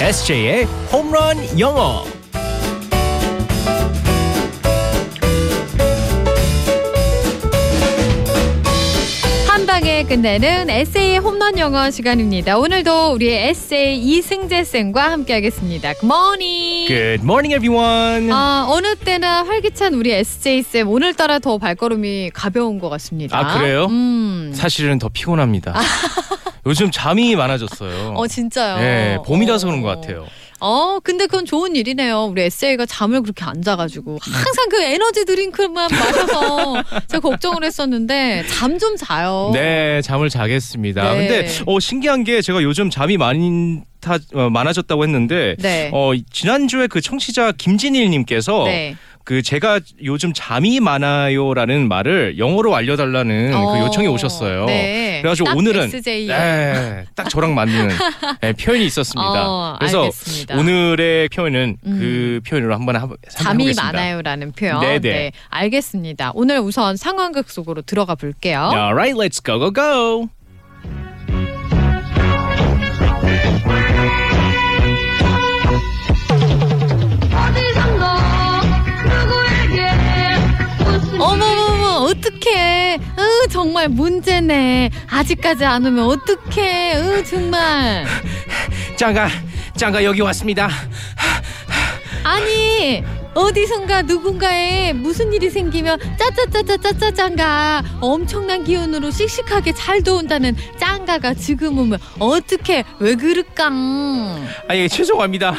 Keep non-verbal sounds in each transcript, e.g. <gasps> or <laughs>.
SJ의 홈런 영어. 한방에 끝내는 에세이 홈런 영어 시간입니다. 오늘도 우리의 에세이 이승재 쌤과 함께하겠습니다. Good morning. Good morning, everyone. 아, 어느 때나 활기찬 우리 SJ 쌤 오늘따라 더 발걸음이 가벼운 것 같습니다. 아, 그래요? 음. 사실은 더 피곤합니다. 요즘 잠이 많아졌어요. 아. 어 진짜요. 예, 봄이라서 어. 그런 것 같아요. 어, 근데 그건 좋은 일이네요. 우리 SJ가 잠을 그렇게 안 자가지고 항상 그 에너지 <laughs> 드링크만 마셔서 제가 걱정을 했었는데 잠 좀 자요. 네, 잠을 자겠습니다. 어. 네. 근데 어, 신기한 게 제가 요즘 잠이 많이 타, 어, 많아졌다고 했는데 네. 어, 지난주에 그 청취자 김진일님께서 네. 그 제가 요즘 잠이 많아요라는 말을 영어로 알려달라는 어. 그 요청이 오셨어요. 네. 그래가지고 딱 E. 오늘은 SJ. 네, 딱 저랑 맞는 네, 표현이 있었습니다. 어, 그래서 알겠습니다. 오늘의 표현은 음. 그 표현으로 한번 하, 잠이 해보겠습니다. 많아요라는 표현. 네네. 네, 알겠습니다. 오늘 우선 상황극 속으로 들어가 볼게요. All right, let's go go go. 어딜 선거 누구에게 무슨 어머머머 어떡해 으 정말 문제네 아직까지 안 오면 어떡해 으 정말 장가 장가 여기 왔습니다. 아니 어디선가 누군가에 무슨 일이 생기면 짜짜짜짜짜짜짱가 엄청난 기운으로 씩씩하게 잘 도운다는 짱가가 지금 오면 어떡해 왜 그럴까 아 예 죄송합니다.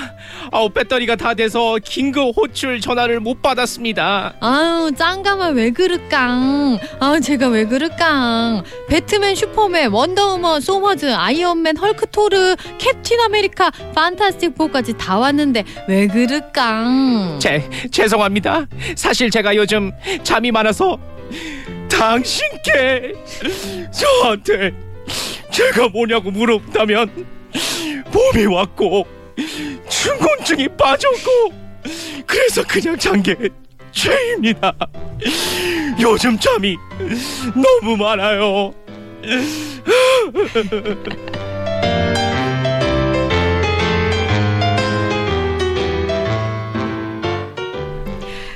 아우 배터리가 다 돼서 긴급 호출 전화를 못 받았습니다. 아우 짱가만 왜 그럴까 아우 제가 왜 그럴까 배트맨 슈퍼맨 원더우먼 소머즈 아이언맨 헐크 토르 캡틴 아메리카 판타스틱 4까지 다 왔는데 왜 그럴까 제 죄송합니다. 사실 제가 요즘 잠이 많아서 당신께 저한테 제가 뭐냐고 물었다면 봄이 왔고 춘곤증이 빠졌고 그래서 그냥 잔게 죄입니다. 요즘 잠이 너무 많아요.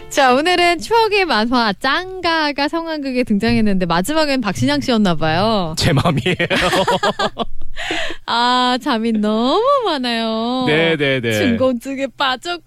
자 오늘은 추억의 만화 짱가가 성황극에 등장했는데 마지막엔 박신양 씨였나 봐요 제 맘이에요. 아 잠이 너무 어, <laughs> 많아요 네네네. 증곤증에 빠졌고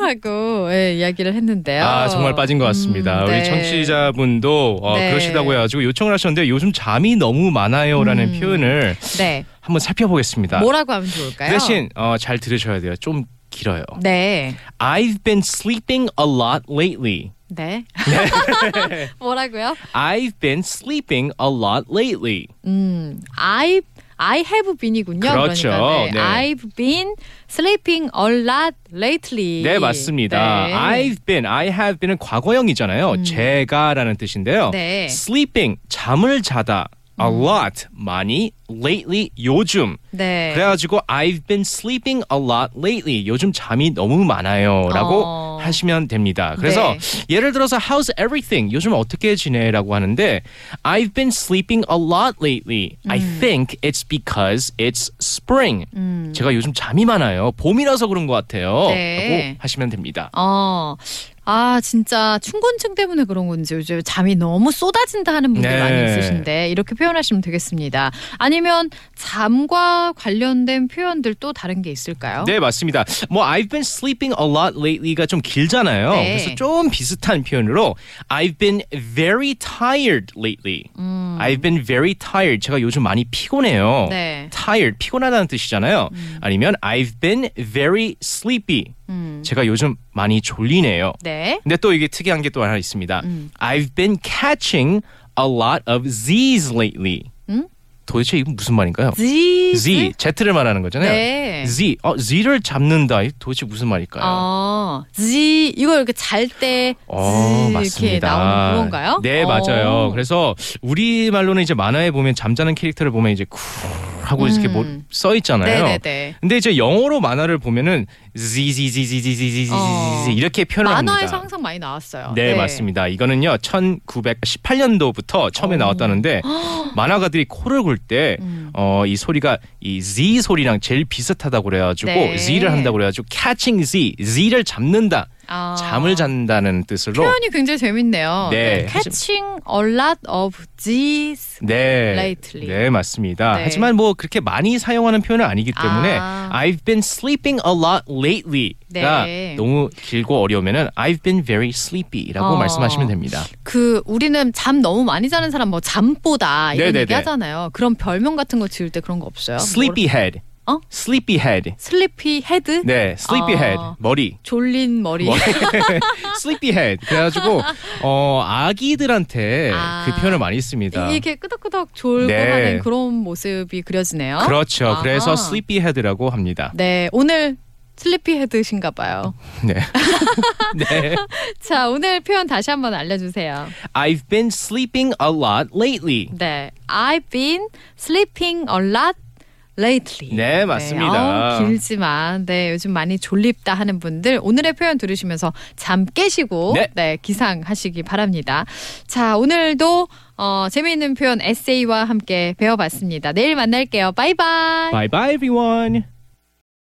하고 예, 이야기를 했는데요 아 정말 빠진 것 같습니다. 음, 네. 우리 청취자분도 어, 네. 그러시다고 해가지고 요청을 하셨는데 요즘 잠이 너무 많아요라는 음. 표현을 네 한번 살펴보겠습니다. 뭐라고 하면 좋을까요? 대신 어, 잘 들으셔야 돼요. 좀 길어요. 네. I've been sleeping a lot lately. 네. <laughs> 뭐라고요? I've been sleeping a lot lately. 음, I I have been이군요. 그렇죠. 러니까 네. I've been sleeping a lot lately. 네 맞습니다. 예. 네. 음. I've been, I have been은 과거형이잖아요. 제가라는 뜻인데요. 네. 음. Sleeping 잠을 자다 a lot 많이 lately 요즘 네. 그래가지고 I've been sleeping a lot lately. 요즘 잠이 너무 많아요라고 어. 네. 하시면 됩니다. 그래서 예를 들어서 How's everything? 요즘 어떻게 지내라고 하는데 I've been sleeping a lot lately. I 음. think it's because it's spring. 제가 요즘 잠이 많아요. 봄이라서 그런 것 같아요. 네. 라고 하시면 됩니다. 어. 아, 진짜 충곤증 때문에 그런 건지 요즘 잠이 너무 쏟아진다 하는 분들 네. 많이 있으신데 이렇게 표현하시면 되겠습니다. 아니면 잠과 관련된 표현들 또 다른 게 있을까요? 네 맞습니다. 뭐 I've been sleeping a lot lately가 좀 길잖아요. 네. 그래서 좀 비슷한 표현으로 I've been very tired lately. I've been very tired. 제가 요즘 많이 피곤해요. 음. 네. 음. tired 피곤하다는 뜻이잖아요. 아니면 I've been very sleepy. 음. 제가 요즘 많이 졸리네요. 네. 근데 또 이게 특이한 게 또 하나 있습니다. 음. I've been catching a lot of Z's lately. 음? 도대체 이건 무슨 말인가요? Z. Z, Z를 말하는 거잖아요. 네. Z, 어, Z를 잡는다. 이게 도대체 무슨 말일까요? 아, 지 이거 이렇게 잘 때 어, 이렇게 맞습니다. 나오는 그건가요? 네, 어. 맞아요. 그래서 우리 말로는 이제 만화에 보면 잠자는 캐릭터를 보면 이제 쿨 하고 이렇게 뭐 음. 써 있잖아요. 네네네. 근데 이제 영어로 만화를 보면은 지지지지지지지지지 어. 이렇게 표현을 만화에서 합니다. 항상 많이 나왔어요. 네, 맞습니다. 이거는요 1918년도부터 처음에 어. <gasps> 나왔다는데 만화가들이 코를 굴 때 음. 어, 이 소리가 이 Z 소리랑 제일 비슷하다고 그래가지고 네. Z를 한다고 그래가지고 catching Z, Z를 잡는다, 아. 잠을 잔다는 뜻으로 표현이 굉장히 재밌네요. 네. Catching a lot of these. 네, lately. 네 맞습니다. 네. 하지만 뭐 그렇게 많이 사용하는 표현은 아니기 때문에 아. I've been sleeping a lot lately가 네. 너무 길고 어려우면은 I've been very sleepy라고 어. 말씀하시면 됩니다. 그 우리는 잠 너무 많이 자는 사람 뭐 잠보다 이런 네네네. 얘기 하잖아요. 그런 별명 같은 거 지을 때 그런 거 없어요? Sleepyhead, 어? sleepyhead, 슬리피 헤드? 네, 뭐, sleepyhead 아. 머리. 졸린 머리. 머리. <laughs> sleepyhead 그래가지고 어 아기들한테 아. 그 표현을 많이 씁니다. 이렇게 끄덕끄덕 졸고 네. 하는 그런 모습이 그려지네요. 그렇죠. 어? 아하. 그래서 sleepyhead라고 합니다. 네, 오늘 슬리피 헤드신가 봐요. <laughs> 네. <laughs> 네. 자, 오늘 표현 다시 한번 알려주세요. I've been sleeping a lot lately. 네, I've been sleeping a lot lately. 네, 맞습니다. 어, 길지만 네 요즘 많이 졸립다 하는 분들 오늘의 표현 들으시면서 잠 깨시고 네, 네. 기상하시기 바랍니다. 자, 오늘도 어, 재미있는 표현 에세이와 함께 배워봤습니다. 내일 만날게요. 바이바이. Bye bye everyone.